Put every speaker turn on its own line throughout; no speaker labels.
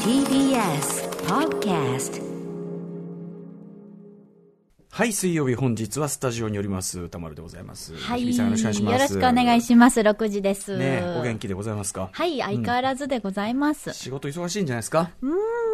TBS Podcast
はい、水曜日、本日はスタジオにおります、歌丸でございます。
はい。
日比さんよろしくお願いします。
よろしくお願いします。6時です。
ねえお元気でございますか
はい、相変わらずでございます。
仕事忙しいんじゃないですか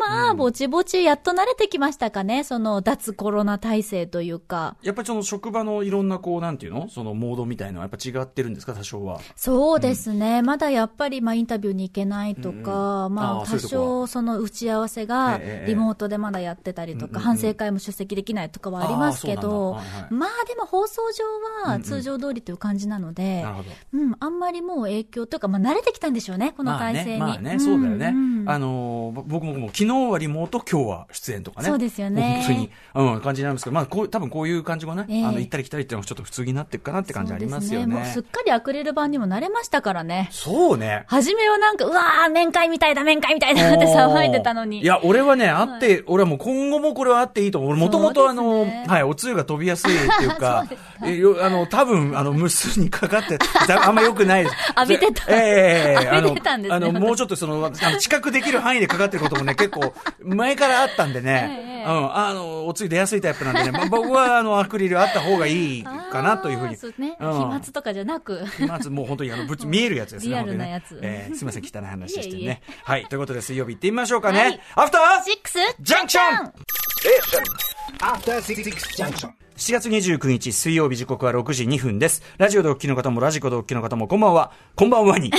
まあ、ぼちぼち、やっと慣れてきましたかね。その、脱コロナ体制というか。
やっぱりその職場のいろんなこう、なんていうのそのモードみたいのはやっぱ違ってるんですか多少は。
そうですね。まだやっぱり、まあ、インタビューに行けないとか、ま
あ
あ、
ーそうい
多
うとこ
少、
は
その、打ち合わせが
ええ、
リモートでまだやってたりと
うんうんう
か、
ん
反省会も出席できないとかはありますけど
あーそうなんだはいは、い
まあ、でも放送上
うんう
は
ん
通常通りという感じなので
なる、ほど。
うん、あんまりもう影響というか、まあ、慣れてきたんでしょうね、この
まあ
体制
ね、
に。
まあね、そうだよね。
んうん
あのー、僕ももう昨日はリモート、今日は出演とかね。
そうですよね
本当に、うん、感じになるんですけど、まあこう、多分こういう感じもね、
ええ
あの、行ったり来たりっていうのがちょっと普通になっていくかなって感じありますよ
そうでもうすっ
ね。
かりアクリル板にも慣れましたからね。
そうね。
初めはなんか、うわー、面会みたいだ、面会みたいだって騒いでたのに。
いや、俺はね、あって、俺はもう今後もこれはあっていいと思う。俺もともとあ
そ
の、
うですね
はい、おつゆが飛びやすいっていう か、えよあの、多分、あの、無数にかかって、だあんま良くないです。
浴びてた
ええええええ
浴びてたんですね
あの、あの
私
もうちょっとその、あの、近くできる範囲でかかってることもね、結構、前からあったんで
え
ね
え、ええ
うん、あの、おつゆ出やすいタイプなんでね、ま僕はあの、アクリルあった方がいいかなというふう
あ
に
ー。そうね。飛
うん
沫とかじゃなく。
まずもう本当にあのぶつ見えるやつですね。
リアルな
本当にね
やつ
えーすみません、汚い話して ね。
いえいえ
はい、ということで水曜日行ってみましょうかね。
はい
アフター
シックス
ジャンクション
After Six Junction.
7月29日水曜日時刻は6時2分です。ラジオでお聞きの方もラジコでお聞きの方もこんばんは。こんば んはに。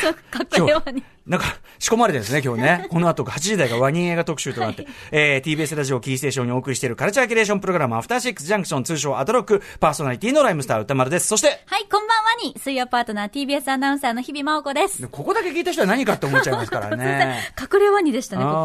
そう、かっ
今
こ
日
ように。、
なんか、仕込まれてるんですね、今 日ね。この後、8時台がワニ映画特集となって、えー、TBS ラジオキーステーションにお送りしているカルチャーキュレーションプログラム、アフターシックスジャンクション、通称アトロック、パーソナリティのライムスター歌丸です。そして、
はい、こんばんはに、水曜パートナー TBS アナウンサーの日々真央子です。
ここだけ聞いた人は何かって思っちゃいま すから
突然
ね。、
隠れワニでしたね、こ
あ
こ。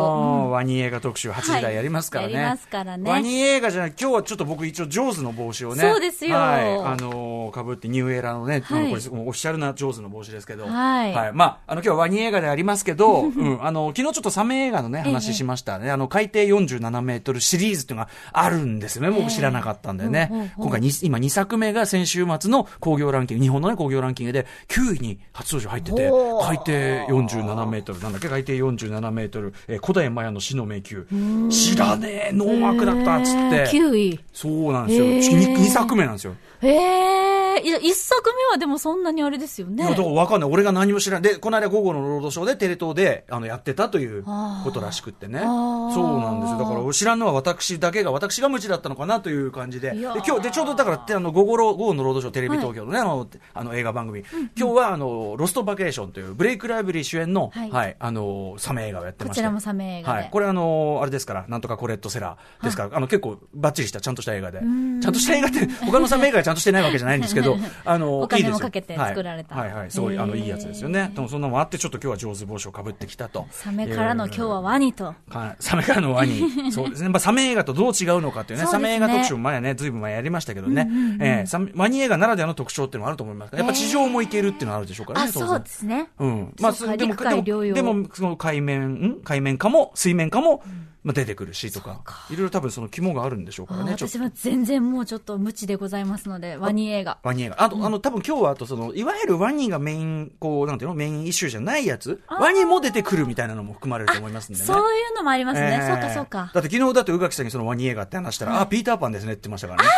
ーワニ映画特集8時
は
台
い
やりますからね。
やりますからね
ワニ映画じゃない、今日はちょっと僕一応ジョーズの帽子をね。
そうですよ
はい。あのー、かぶってニューエラのね、
はい
これもうオフィシャルなジョーズの帽子ですけど。
はい
まあ、あの今日はワニ映画であります けど、うん。あの、昨日ちょっとサメ映画のね、話しましたね。あの、海底47メートルシリーズっていうのがあるんですよね。僕知らなかったんだよね。
ほうほうほう
今回に今2作目が先週末の興行ランキング、日本のね、興行ランキングで9位に初登場入ってて、海底47メートル、なんだっけ、海底47メートル、えー古代マヤの死の迷宮。知らねえ、ノーマークだったっつ
えー
って。
9位。
そうなんですよ。
へー
2, 作目なんですよ。
ええ、いや一作目はでもそんなにあれですよ
い
ね
や、だ。からわかんない。俺が何も知らない。で、この間午後のロードショーでテレ東で、あの、やってたということらしくってね。
ー
そうなんですよ。だから、知らんのは私だけが、私が無知だったのかなという感じで。で
いやー
今日、で、ちょうどだから、てあの、午後ロ、午後のロードショー、テレビ東京のね、あの、あの映画番組。今日は、あの、ロストバケーションという、ブレイクライブリー主演の、は、
はいい
あの、サメ映画をやってまし
こち
て。
らもサメ映画で
はい。これ、あの、あれですから、なんとかコレットセラーですから、あの、結構、バッチリした、ちゃんとした映画で。ちゃんとした映画って、他のサメ映画はちゃんとしてないわけじゃないんですけど、あの、
お金もかけて作られた
はいはいはい、すごい、あの、いいやつですよね。でもそんなのもあって、ちょっと今日は上手帽子をかぶってきたと。
サメからの今日はワニと。
かサメからのワ ニ。そうですね。まあ、サメ映画とどう違うのかっていうね。
そうですね
サメ映画特集も前ね、ずいぶん前やりましたけどね。えーサメワニ映画ならではの特徴っていうのもあると思いますがやっぱ地上も行けるっていうのはあるでしょうから
あ、
ね、当然
そうですね。
うん。まあ、
そうか
でも、
陸海
でも
両、用
でもその海面、ん海面下も、水面下も、まあ、出てくるしとか。いろいろ多分その肝があるんでしょうから
あ
ね。ちょっと
私は全然もうちょっと無知でございますので、ワニ映画。
ワニ映画。あと、あの、多分今日は、あとその、いわゆるワニがメイン、こう、なんていうの、メインイシューじゃないやつ、ワニも出てくるみたいなのも含まれると思いますんでね。
そういうのもありますね。
ええ
そうかそうか。
だって昨日だって宇垣さんにそのワニ映画って話したら、あ、ピーターパンですねって言ってましたからね。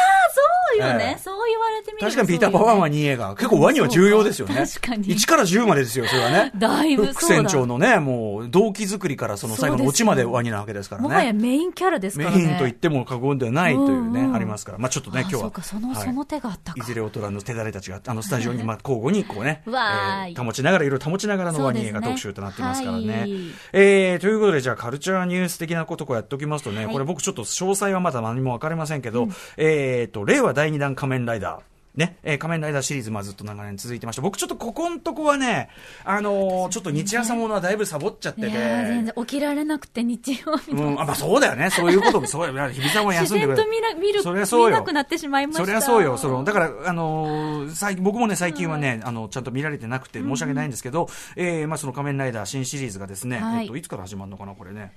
そうよね、
ええ
そう言われてみれば
確かにピーターパンはワニ映画。結構ワニは重要ですよね。
そうか確かに。
1から10までですよ、それはね
だいぶ
フック船長のね、もう、動機作りからその最後のオチまでワニなわけですか
そうだ
らね。
もはやメインキャラです
メ
からね。
インと言っても過言ではないというね、
うんうん
ありますから。まあちょっとね、今日
あ
は。
そうか、その、
はい
その手があった
い
か。
ずれ大人の手だれたちが、あの、スタジオに、まあ、交互に、こうね、え
わーい
ー保ちながら、いろいろ保ちながらのワニ映画
そうですね
特集となってますから
は
ね
い。
えー、ということで、じゃあ、カルチャーニュース的なことをやっておきますとね、
はい
これ僕ちょっと詳細はまだ何もわかりませんけど、えーと、令和第2弾仮面ライダー。ね、えー仮面ライダーシリーズ、まあ、ずっと長年続いてました。僕、ちょっとここのとこはね、あのーちょっと日朝ものはだいぶサボっちゃって
い
て、
やー全然起きられなくて日曜 日
うん、あ、まあ、そうだよね。そういうことも、そうや、日比さんも
自
休んでく
然
れ
と見な見る
そりゃそうよ
見なくなってしまいました。
そりゃそうよ。その、だから、あのー最近、僕もね、最近はね、あの、ちゃんと見られてなくて申し訳ないんですけど、えー、まあ、その仮面ライダー新シリーズがですね、
はい
えっと、いつから始まるのかな、これね。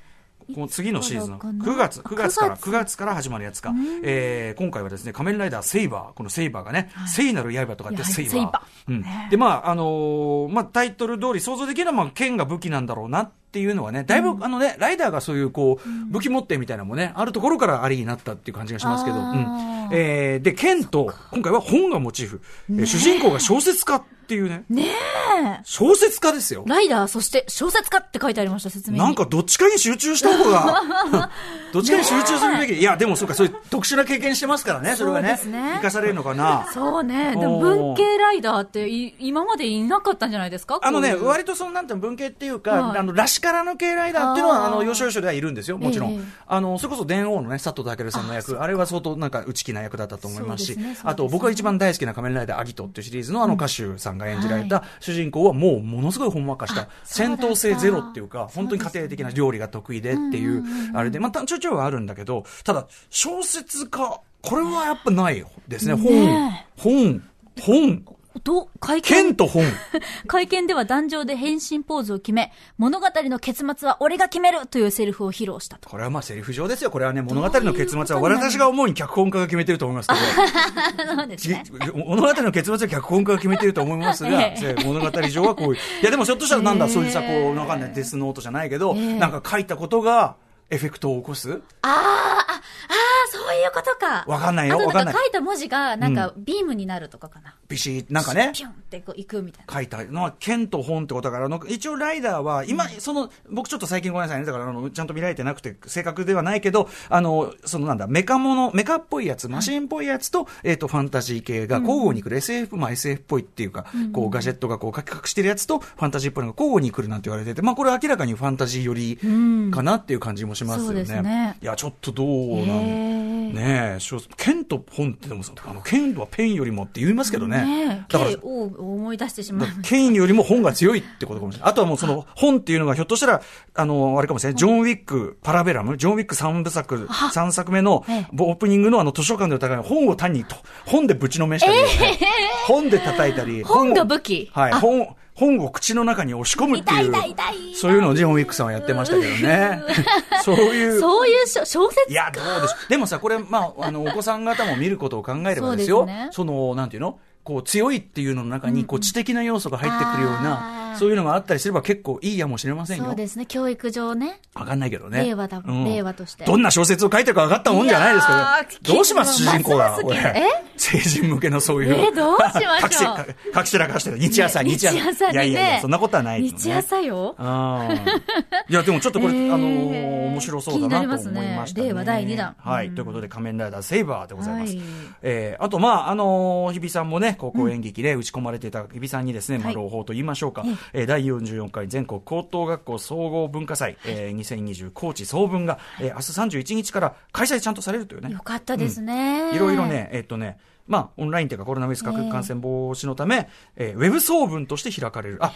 この次のシーズン。
いつからかな
9月、9月から、
9
9月から始まるやつか。えー、今回はですね、仮面ライダーセイバー、このセイバーがね、聖なる刃とかって
いや
セイバー。
セイバ
うん。で、まあ、あのーまあ、タイトル通り想像できるのは、まあ、剣が武器なんだろうなって、っていうのはね、だいぶ、あのね、ライダーがそういうこう、武器持ってみたいなのもね、あるところからありになったっていう感じがしますけど、う
あー
ん。えーで、剣と、今回は本がモチーフ。えー主人公が小説家っていうね。ね小説家ですよ。
ライダー、そして小説家って書いてありました、説明に。
なんかどっちかに集中した方が、 どっちかに集中するべき。いや、でもそうか、そういう特殊な経験してますからね、それは
そう
ね。
ですね
生かされるのかな。
そうね。でも文系ライダーってい今までいなかったんじゃないですか
あのね、
こういう
割とその、なんていうの文系っていうか、
はい
あの、らしからぬ系ライダーっていうの
あ
は、あ
ー
の、要所要所ではいるんですよ、もちろん。
ええ
あの、それこそ、電王のね、佐藤健さんの役、あれは相当なんか、内気な役だったと思います
そ
し、
うですねそうですね
あと、僕が一番大好きな仮面ライダー、アギトっていうシリーズの、あの、歌手さんが演じられた、主人公は、もう、ものすごいほんわかした、戦闘性ゼロっていうか、本当に家庭的な料理が得意でっていう、あれで、また、ちょいちょいはあるんだけど、ただ、小説家、これはやっぱないですね、本
ね。
本。本。
どう会
剣
見、
と本。
会見では壇上で変身ポーズを決め、物語の結末は俺が決めるというセリフを披露 したと。
これはまあセリフ上ですよ。これはね、物語の結末は、私が思うに脚本家が決めてると思いますけど、
そうですね。
ち物語の結末は脚本家が決めてると思いますが、
ええ
ええ物語上はこういう。いや、でもひょっとしたらなんだ、
ええ
そういうさ、こう、わかんない、デスノートじゃないけど、
え
なんか書いたことが、エフェクトを起こす
ああ、そういうことか。
わかんないよ
あと
わか
なん
なんい
か書いた文字が、なんかビームになるとかかな。
ビシッ、なんかね。
ピュンってこう行くみたいな。
書いたのは剣と本ってことだからあの、一応ライダーは、今、その、僕ちょっと最近ごめんなさいね、だからあの、ちゃんと見られてなくて、正確ではないけど、あの、そのなんだ、メカもの、メカっぽいやつ、マシンっぽいやつと、えっ、と、ファンタジー系が交互に来る、SF、まあ SF っぽいっていうか、こう、ガジェットがこう、カキカキしてるやつと、ファンタジーっぽいのが交互に来るなんて言われてて、まあこれ明らかにファンタジー寄りかなっていう感じもしますよ
そう
ね。
ですね
いや、ちょっとどうなんねえ、小説剣と本ってでもさ、あの、剣はペンよりもって言いますけどね。
ねえ、
だから
K を思い出してしまう。
権威よりも本が強いってことかもしれない。あとはもうその本っていうのがひょっとしたら、あの、あれかもしれない。ジョン・ウィック、パラベラム、ジョン・ウィック3部作、3作目の
ええ
オープニングのあの図書館で歌う本を単にと、本でぶちのめしたり、本で叩いたり、
本が
を
武器
はい、本、本を口の中に押し込むっていう、
痛い痛い痛い
そういうのをジョン・ウィックさんはやってましたけどね。そういう。
そういう小小説
いや、どうでしょう。でもさ、これ、まあ、あの、お子さん方も見ることを考えればです
そ
よ。
うですね
の、なんていうのこう、強いっていうのの中に、こう、知的な要素が入ってくるよう
あ
な、
ー
そういうのがあったりすれば結構いいやもしれませんよ。
そう
わ
ですね、教育上ね。
かんないけどね。
令和だもん令和として
どんな小説を書いてるか分かったもんじゃないです
いや
け
ー
ど、どうします
聞いて
主人公が
ます。
これ
え
成人向けのそういう。
えどうしましょう
隠せか隠しらかしてる。日朝、
ね
日朝。
日朝にね
いやいやいや、そんなことはないですよね
日朝よ。
あ ーいや、でもちょっとこれ、
えー
あのー面白そうだな
気
と
に
思
なり
いま
ますね
した、ね。
令和第二弾
はい。ということで、仮面ライダーセイバーでございます。
はい
えーあと、まあ、あのー日比さんもね、高校演劇で打ち込まれていた日比さんにですね、まあ、
はい
朗報と言いましょうか。えー第44回全国高等学校総合文化祭、えー2020高知総文が、えー明日31日から開催ちゃんとされるというね。
よかったですね。
いろいろ。ね、えっとね、まあ、オンラインというかコロナウイルス拡感染防止のため、えーウェブ総文として開かれる。あ、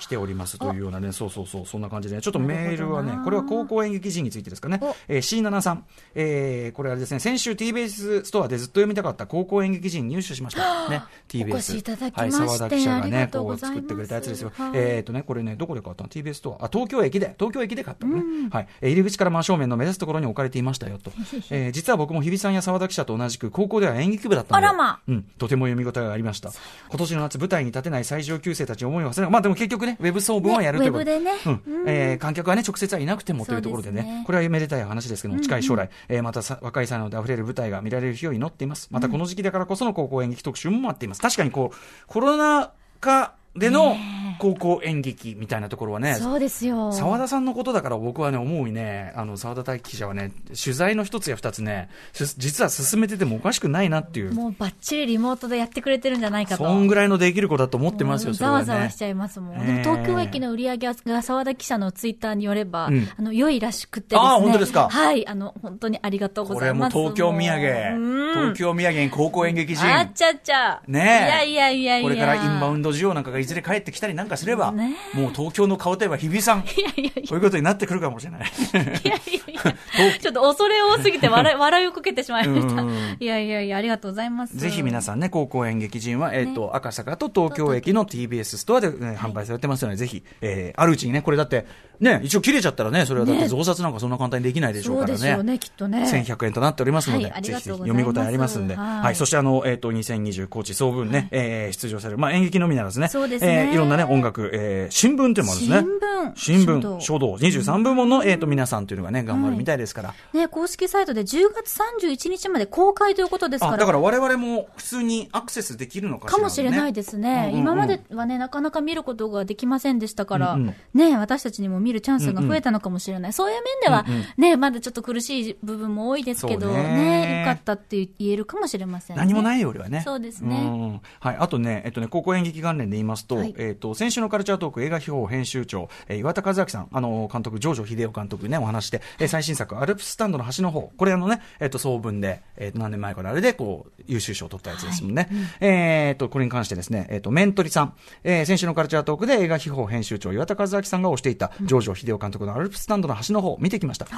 来ておりますというようなね、そうそうそう、そんな感じでね、ちょっとメール
なるほど
はね
な、
これは高校演劇人についてですかね
お、
えー、C7 さん、えー、これはですね、先週 TBS ストアでずっと読みたかった高校演劇人入手し ました。ね、TBS。
お越しいただきま
はい、
して
沢田記者が
ありが
ね、
とう
こ
ご
う
ざい
作
ます
ってくれたやつですよ。
はい
えっとね、これね、どこで買ったの ?TBS ストア。あ、東京駅で、東京駅で買ったのね。はい。えー入り口から真正面の目指すところに置かれていましたよ、と。えー実は僕も日比さんや沢田記者と同じく、高校では演劇部だったので、
あらま
うん、とても読み応えがありました。今年の夏、舞台に立てない最上級生たちに思いを馳せながら、まあでも結局ね、ウェブ総文はやるということ
ねウェブでね
うん。えー観客はね、直接はいなくてもというところで
そ
ね、
うですね
これはめでたい話ですけども、近い将来、えーまたさ若い才能で溢れる舞台が見られる日を祈っています。またこの時期だからこその高校演劇特集も待っています。確かにこう、コロナ禍での高校演劇みたいなところはね、
そうですよ。
澤田さんのことだから僕はね、思うにね、あの、澤田大樹記者はね、取材の一つや二つね、す実は進めててもおかしくないなっていう。
もうバッチリリモートでやってくれてるんじゃないかと。
そんぐらいのできる子だと思ってますよ、そ
ざ
れは
わ
ね。
ざわしちゃいますもん。
ええ
でも東京駅の売り上げが沢田記者のツイッターによれば、
うん
あの、良いらしくてですね。
ああ本当ですか
はい、あの、本当にありがとうご
こ
ざ
れ
い
も
ます。
東京土産。
うん
東京土産に高校演劇人。
あっちゃっちゃ。
ねえ
いやいやいやいや。
これからインバウ
ン
ンド需要なんかがいずれ帰ってきたりなんかすれば、
ね
もう東京の顔といえば日比さん。
ド。いやいやい
こういうことになってくるかもしれない。
やいやいや。ちょっと恐れ多す ぎて笑い、笑いをこけてしまいました。いやいやいや、ありがとうございます。
ぜひ皆さんね、高校演劇人は、えっ、と、赤坂と東京駅の TBS ストアで、ね販売されてますので、ぜひ、えー、あるうちにね、これだって、ね、一応切れちゃったらね、それはだって
ね
増刷なんかそんな簡単にできないでしょう
そう
か
で
ら
しょうね、
ね。
きっとね。
1100円となっておりますので、
はいあり
ぜ
が
ひぜ
と
ひ
うございます
読み応えありますんで、
は
はいい、そしてあの、えっ、と、2020高知総文ね、えー出場される、まあ演劇のみならずね、
そうですね
えーいろんなね、音楽、えー新聞っていうのもあるんですね。
新聞書
新
道
聞、書道、23部門の、えっ、と、皆さんというのがね、頑張るみたいですから。
ね、公式サイトで10月31日まで公開ということですか
あ、
ら。
だから我々も普通にアクセスできるのかしら、
かもしれないですね、
うんうんうん
今まではね、なかなか見ることができませんでしたから、
うんうん
ね、私たちにも見るチャンスが増えたのかもしれない、そういう面では、ね、まだちょっと苦しい部分も多いですけど、
そう
ね
ね
よかったって言えるかもしれません、ね、
何もないいよりはね。
そうですね
んはい。あとね、えっとね、高校演劇関連で言いますと、
はい
えっと、先週のカルチャートーク映画秘宝編集長、えー岩田和明さん、あの、監督、ジョージョ秀夫監督ね、お話して、えー最新作、アルプススタンドの端の方、これあのね、えっと、総文で、えっと、何年前からあれで、こう、優秀賞を取ったやつですもんね。えっと、これに関してですね、えっと、メントリさん、えー先週のカルチャートークで映画秘宝編集長、岩田和明さんが推していた、ジョージョ秀夫監督のアルプススタンドの端の方、見てきました。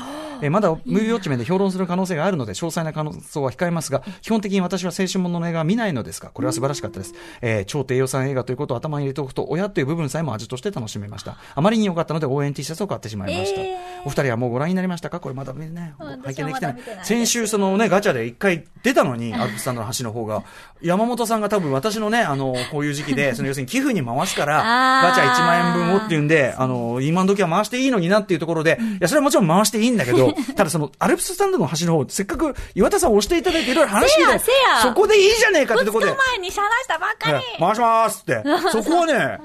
えーまだ、ムービーウォッチ面で評論する可能性があるので、詳細な感想は控えますが、基本的に私は青春ものの映画は見ないのですが、これは素晴らしかったです。えー超低予算映画ということを頭に入れておくと、親という部分さえも味として楽しめました。あまりに良かったので応援 T シャツを買ってしまいました。
えー
お二人はもうご覧になりましたかこれまだ見てね、
私は
拝見できて
まだ
ない
見てない。です
先週そのね、ガチャで一回出たのに、アルプスさんの橋の方が、山本さんが多分私のね、あの、こういう時期で、その要するに寄付に回すから、
あー
ガチャ1万円分をっていうんで、あの、今の時は回していいのになっていうところで、いや、それはもちろん回していいんだ けど、ただその、アルプススタンドの端の方、せっかく岩田さん押していただいていろいろ話して
せやせや
そこでいいじゃねえかってとこ
2
で、
日前にしゃしたばっかり、
ええ回します って。そこはね、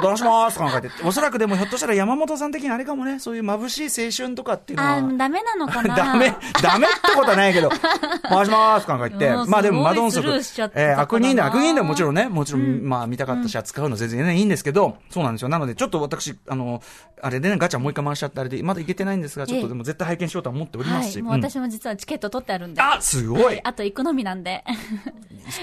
回しますとか書いて、おそらくでもひょっとしたら山本さん的にあれかもね、そういう眩しい青春とかっていうのは。
あーダメなのかな
ダメ、ダメってことはないけど、回しますかなんか言
う
っ
ん
て、まあで
す
も
ごい
マドンソ
スル
ク、
ーしちゃってた
えー
か
悪
らな
人で悪人でもちろんね、もちろん、まあ見たかったし扱うの全然ね、いいんですけど、そうなんですよ。なのでちょっと私、あの、あれでね、ガチャもう一回回しちゃってあれで、まだいけてないんですが、ちょっ
ええ
とでも絶対拝見しようとは思っておりま
は
すし。
い、もう
うん
私も実はチケット取ってあるんで、
あ、すごい
あと行くのみなんで。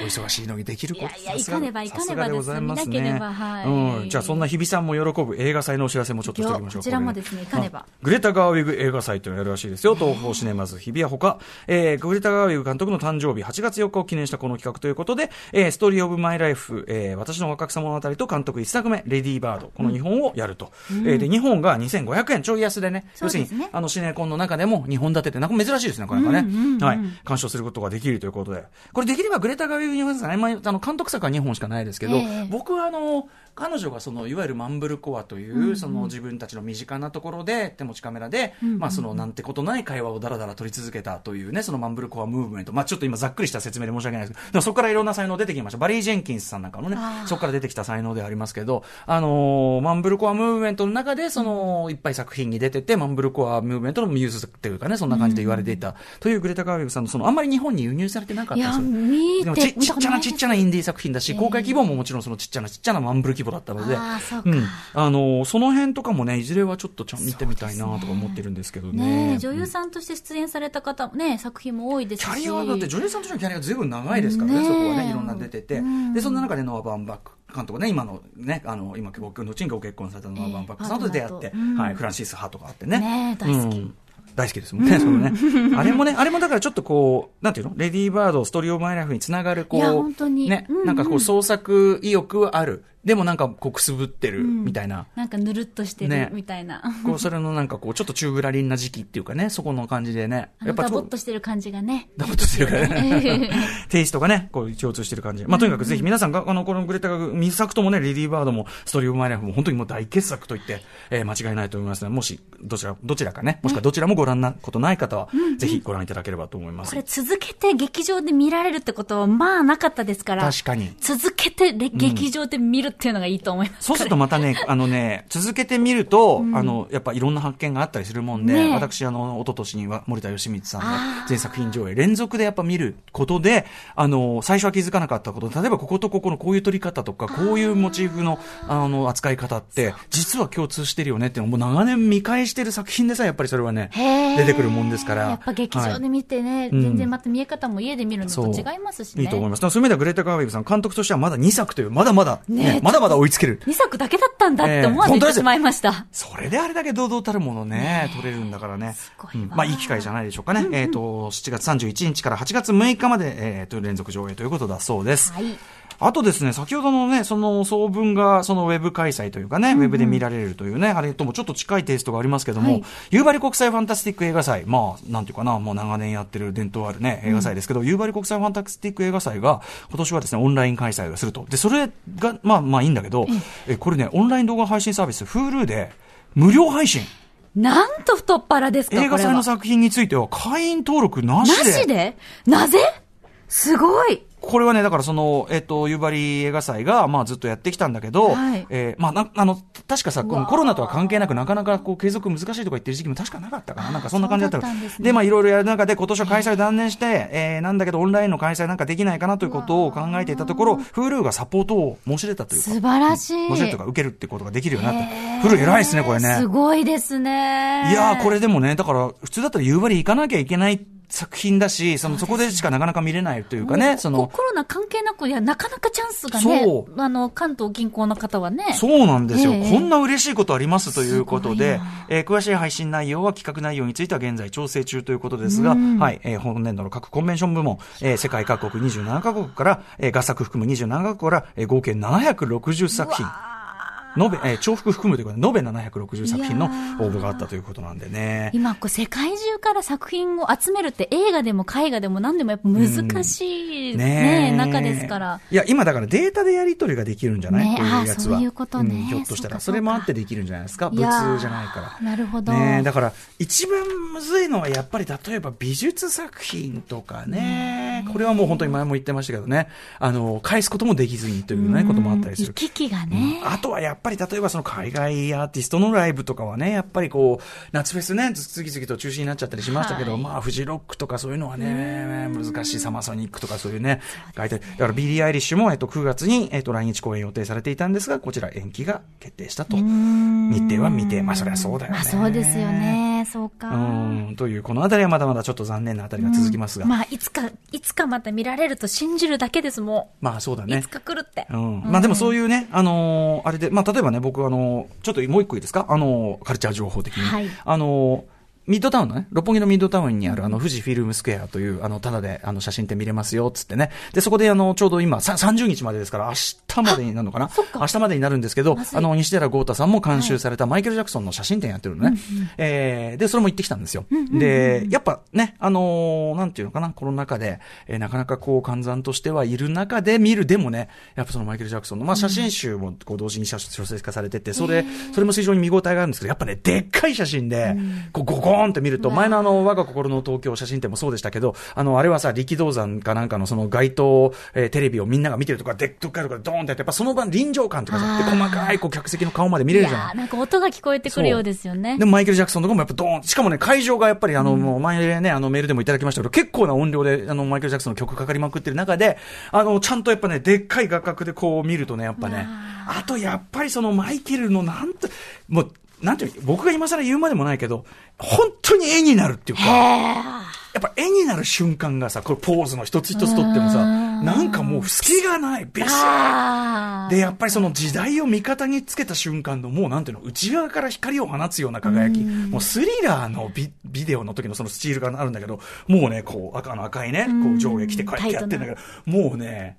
お忙しいのにできること
いやいや
さすが
行かねば行かねば
さすがございます
です見なけれ
ね
ばはい
うん。じゃあそんな日比さんも喜ぶ映画祭のお知らせもちょっとしておきましょ
い
う
やこちらもですね行かねば
あグレタ・ガーウィグ映画祭というのをやるらしいですよ。東宝シネマズ日比谷ほか、えーグレタ・ガーウィグ監督の誕生日8月4日を記念したこの企画ということで、えーストーリー・オブ・マイ・ライフ、えー私の若草物語と監督一作目、レディー・バード、この2本をやると。えーで、2本が2500円、ちょい安でね。
そうですね
要するに、あのシネコンの中でも2本立てて、なんか珍しいですね、なかなかね。はい。鑑賞することができるということで。これできればグレタ・ガーウィグ日本さん、今、あの、監督作は2本しかないですけど、
ええ
僕はあの、彼女がその、いわゆるマンブルコアという、その自分たちの身近なところで、手持ちカメラで、まあその、なんてことない会話をだらだら撮り続けたというね、そのマンブルコアムーブメント。まあちょっと今ざっくりした説明で申し訳ないですけど、でもそこからいろんな才能出てきました。バリー・ジェンキンスさんなんかもね、そこから出てきた才能ではありますけど、あのーマンブルコアムーブメントの中で、その、いっぱい作品に出てて、マンブルコアムーブメントのミューズっていうかね、そんな感じで言われていた。というグレタ・ガーウィグさんの、その、あんまり日本に輸入されてなかったんですよ
いや見て
でもち
見
ち
た
っ
こと
ちゃ
な
ない
です
ちっちゃなインディー作品だし、公開規模ももちろんそのちっちゃなちっちゃなマンブル規模だったので、
あーそうか
うん、あのーその辺とかもね、いずれはちょっとちゃん見てみたいなとか思ってるんですけどね。
ねえ女優さんとして出演された方もね、作品も多いですし。
キャリアはだって女優さんとしてのキャリアがずいぶん長いですからね、
ねえ
そこはね、いろんなの出てて、でそんな中でノア・バーンバック監督ね、今のね、あの今、ご後にご結婚されたノア・バーンバックさんと出会って、
ええパートナーとうん
はい、フランシス・ハーとかあってね。
ねえ大好き
うん大好きですもんね、そのね。あれもね、あれもだからちょっとこう、なんていうのレディーバード、ストーリーオブマイライフにつながる、こう、
いや本当に
ね、
うんうん
なんかこう創作意欲はある。でもなんかこうくすぶってる、みたいな。
なんかぬるっとしてる
ね
みたいな。
こう、それのなんかこう、ちょっと中ぶらりんな時期っていうかね、そこの感じでね。
あの
ちょ
ダ
っ
ボ
と
っとしてる感じがね。
ダボっとしてるから ね。テイストがね、こう共通してる感じ。まあ、とにかくぜひ皆さんが、あの、このグレタが2作ともね、レディーバードも、ストーリーオブマイライフも本当にもう大傑作と言って、えー間違いないと思いますので、もし、どちら、どちらかね、もしくはどちらもご覧なことない方は、ぜひご覧いただければと思います。
これ続けて劇場で見られるってことは、まあなかったですから。
確かに
続けてれ劇場で見るっていうのがいいと思います。
そうするとまたね、あのね、続けてみると、あの、やっぱいろんな発見があったりするもんで、
ねえ
私、あの、一昨年には森田義満さんが全作品上映、連続でやっぱ見ることで、あの、最初は気づかなかったこと、例えばこことここのこういう撮り方とか、こういうモチーフの、あの、扱い方って、実は共通してるよねっていうのをもう長年見返してる作品でさえ、やっぱりそれはね、
へー
出てくるもんですから。
やっぱ劇場
はい
で見てね、
ん
全然また見え方も家で見るのと
そう
違いますしね。
いいと思います。だからそういう意味ではグレータ・ガーウィグさん、監督としてはまだ2作という、まだまだ、
ねえ
ねまだまだ追いつける。
2作だけだったんだって思わせ
ええ本当
て
です
しまいました。
それであれだけ堂々たるものね、取れるんだからね。
ご
う
いわ
んまあ、いい機会じゃないでしょうかね。えっと、7月31日から8月6日まで、えーと連続上映ということだそうです。
はい
あとですね、先ほどのね、その総文が、そのウェブ開催というかね、ウェブで見られるというね、あれともちょっと近いテイストがありますけども、夕張国際ファンタスティック映画祭、まあ、なんていうかな、もう長年やってる伝統あるね、映画祭ですけど、夕張国際ファンタスティック映画祭が、今年はですね、オンライン開催をすると。で、それが、まあまあいいんだけど、え、これね、オンライン動画配信サービス、Hulu で、無料配信。
なんと太っ腹ですか、
映画祭の
こ
作品については会員登録な
れは
しで。
なしでなぜすごい。
これはね、だからその、えっ、と、夕張映画祭が、まあずっとやってきたんだけど、
はい
えーまあな、あの、確かさ、このコロナとは関係なく、なかなかこう継続難しいとか言ってる時期も確かなかったかな、なんかそんな感じだった
そうだったん
で
ですね
まあいろいろやる中で、今年は開催を断念して、えーなんだけどオンラインの開催なんかできないかなということを考えていたところ、Hulu がサポートを申し出たというか、
素晴らしい。
申し出というか受けるってことができるようになった。Hulu 偉いですね、これね。
すごいですね。
いやー、これでもね、だから、普通だったら夕張行かなきゃいけない作品だし、その、そこでしかなかなか見れないというかね、そ
もう
の、
コロナ関係なく、いや、なかなかチャンスがね
そ、
あの、関東近郊の方はね。
そうなんですよ。
ええ
こんな嬉しいことありますということで、えー詳しい配信内容は企画内容については現在調整中ということですが、はい、えー本年度の各コンベンション部門、えー世界各国27カ国から、えー合作含む27カ国から、えー合計760作品。延べ、えー重複含むということで、延べ760作品の応募があったということなんでね。
今、こう、世界中から作品を集めるって映画でも絵画でも何でもやっぱ難しいね、
ねえ
中ですから。。
いや、今だからデータでやり取りができるんじゃない、
ねえ
こういうやつ
ああそ
は。
ういうことね
んひょっとしたら。
そ
そ
かそう
う
か
れもあってできるんじゃないですか。
い
物
やー
じゃないから。
なるほど。
ねえ、だから、一番むずいのは、やっぱり、例えば美術作品とかね、これはもう本当に前も言ってましたけどね、あの、返すこともできずにというね、こともあったりす
行
る。
き来がね。
あとはやっぱり例えばその海外アーティストのライブとかはね、やっぱりこう、夏フェスね、次々と中止になっちゃったりしましたけど、まあフジロックとかそういうのはね、難しいサマソニックとかそういうね、外体だからビリー・アイリッシュも、えっと、9月に、えっと、来日公演予定されていたんですが、こちら延期が決定したと。日程は未定。まあそりゃそうだよね。
まあそうですよ。ね。そうか。
うん、という、このあたりはまだまだちょっと残念なあたりが続きますが。
まあ、いつか、いつかまた見られると信じるだけです、も
まあそうだ
う。い
ね
つ。か来るって。
うん、まあでもそういうね、あのーあれで、まあ例えばね、僕あのーちょっともう一個いいですかあのーカルチャー情報的に。
はい
あのーミッドタウンのね、六本木のミッドタウンにあるあの富士フィルムスクエアという、あの、ただであの写真って見れますよ、つってね。で、そこであの、ちょうど今、さ30日までですから、明日までになるのかな
そっか
明日までになるんですけど
まず、い
あの、西寺豪太さんも監修されたマイケル・ジャクソンの写真展やってるのね。えーで、それも行ってきたんですよ。で、やっぱね、あのーなんていうのかな、コロナ禍で、えーなかなかこう、換算としてはいる中で見る、でもね、やっぱそのマイケル・ジャクソンの、まあ、写真集もこう同時に写書籍化されてて、それ、それも非常に見応えがあるんですけど、やっぱね、でっかい写真で、こう、ゴコーンって見ると、前のあの、我が心の東京写真展もそうでしたけど、あの、あれはさ、力道山かなんかのその街頭、えーテレビをみんなが見てるとか、でっかいとかドーンってやって、やっぱその場の臨場感とかさ、で
あー
細かいこう客席の顔まで見
い
れるじゃない
やーなんか音が聞こえてくるようですよね。
でもマイケル・ジャクソンとかもやっぱドーン。しかもね、会場がやっぱりあの、もう前ね、あのメールでもいただきましたけど、結構な音量で、あの、マイケル・ジャクソンの曲かかりまくってる中で、あの、ちゃんとやっぱね、でっかい画角でこう見るとね、やっぱね、あとやっぱりそのマイケルのなんと、もう、なんていうの僕が今更言うまでもないけど、本当に絵になるっていうか、やっぱ絵になる瞬間がさ、これポーズの一つ一つとってもさ、なんかもう隙がない、ビシー
あ
で、やっぱりその時代を味方につけた瞬間の、もうなんていうの、内側から光を放つような輝き、もうスリラーのビビデオの時のそのスチールがあるんだけど、もうね、こう、赤の赤いね、こう上下着てこうやってやってんだけど、もうね、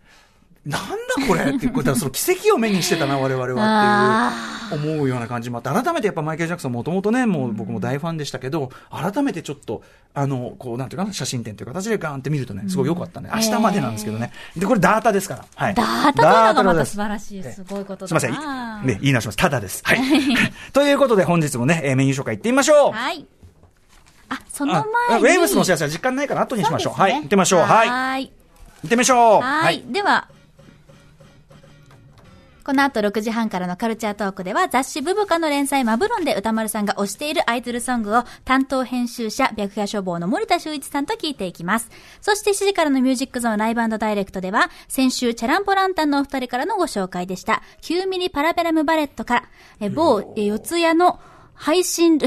なんだこれって、これ、だからその奇跡を目にしてたな、我々はっていう、思うような感じもあって、改めてやっぱマイケル・ジャクソンもともとね、もう僕も大ファンでしたけど、改めてちょっと、あの、こう、なんていうかな、写真展という形でガーンって見るとね、すごい良かったね。明日までなんですけどね。で、これダータですから。はい。
ダータというのがま
ダータ
た
で
素
す
晴らしい。
ええ
すごいこと
すみま
だ
せん。
ない
ね、言い直します。ただです。はい。 ということで、本日もね、えーメニュー紹介いってみましょう。
はい。あ、その
あ
前
あウ
に。
ェーブスのお知
せ
らせは時間ないから後にしましょう。はい。行ってみましょう。はい。行
はい。
ってみましょう。
はい。。では、この後6時半からのカルチャートークでは雑誌ブブカの連載マブロンで歌丸さんが推しているアイドルソングを担当編集者白夜書房の森田修一さんと聞いていきます。そして7時からのミュージックゾーンライブダイレクトでは先週チャランポランタンのお二人からのご紹介でした9ミリパラベラムバレットからえ某え四谷の配信ル、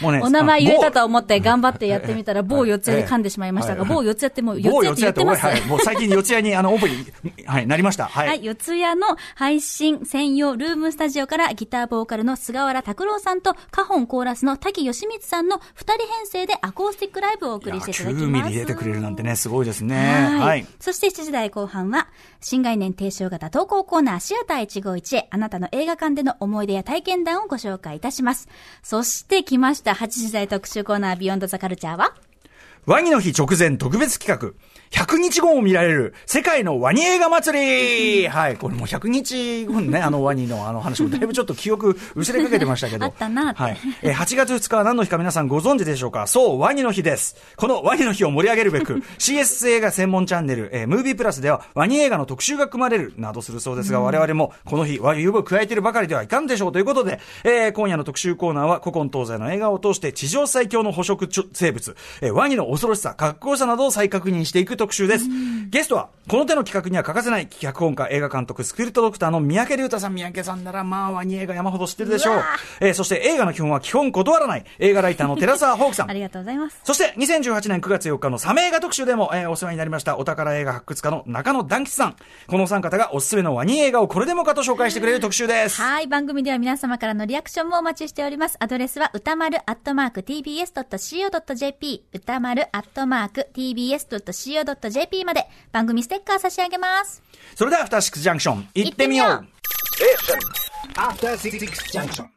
もうね
お名前言えたと
某
思って頑張ってやってみ たら、某四谷で噛んでしまいましたが、
ええ
某四谷ってもう四
某
谷って
四谷
言っ
っ
ててます。
はい、もう最近四谷にあのオープン、はい、なりました。はい。
はい、四谷の配信専用ルームスタジオからギターボーカルの菅原拓郎さんとカホンコーラスの滝義光さんの二人編成でアコースティックライブをお送りしていただきます。
9ミリ出てくれるなんてね、すごいですね。
はい
はい。
そして7時台後半は、新概念提唱型投稿コーナーシアター151へ、あなたの映画館での思い出や体験談をご紹介いたします。そして来ました8時台特集コーナービヨンドザカルチャーは、
ワニの日直前特別企画、100日後も見られる世界のワニ映画祭りはい、これもう100日後にね、あのワニのあの話もだいぶちょっと記憶失れかけてましたけ ど。
あったなって
はい。えー8月2日は何の日か皆さんご存知でしょうかそう、ワニの日です。このワニの日を盛り上げるべく、CS 映画専門チャンネル、えームービープラスではワニ映画の特集が組まれるなどするそうですが、我々もこの日、ワニを加えているばかりではいかんでしょうということで、えー今夜の特集コーナーは古今東西の映画を通して地上最強の捕食ちょ生物、えーワニの恐ろしさ、格好さなどを再確認していく特集です。ゲストは、この手の企画には欠かせない脚本家、映画監督、スピリットドクターの三宅龍太さん、三宅さんならまあワニ映画山ほど知ってるでしょう。えーそして映画の基本は基本断らない、映画ライターの寺澤ホークさん
あ。りがとうございます。
そして、2018年9月4日のサメ映画特集でも、えーお世話になりました、お宝映画発掘家の中野団吉さん。このお三方がおすすめのワニ映画をこれでもかと紹介してくれる特集です。
はい。番組では皆様からのリアクションもお待ちしております。アドレスは、歌丸アットマーク tbs.co.jp、歌丸アットマーク tbs.co.jp まで、番組ステッカー差し上げます。
それでは、アフターシックスジャンクション、行ってみよ
行ってみよ
う
う
After Six Junction.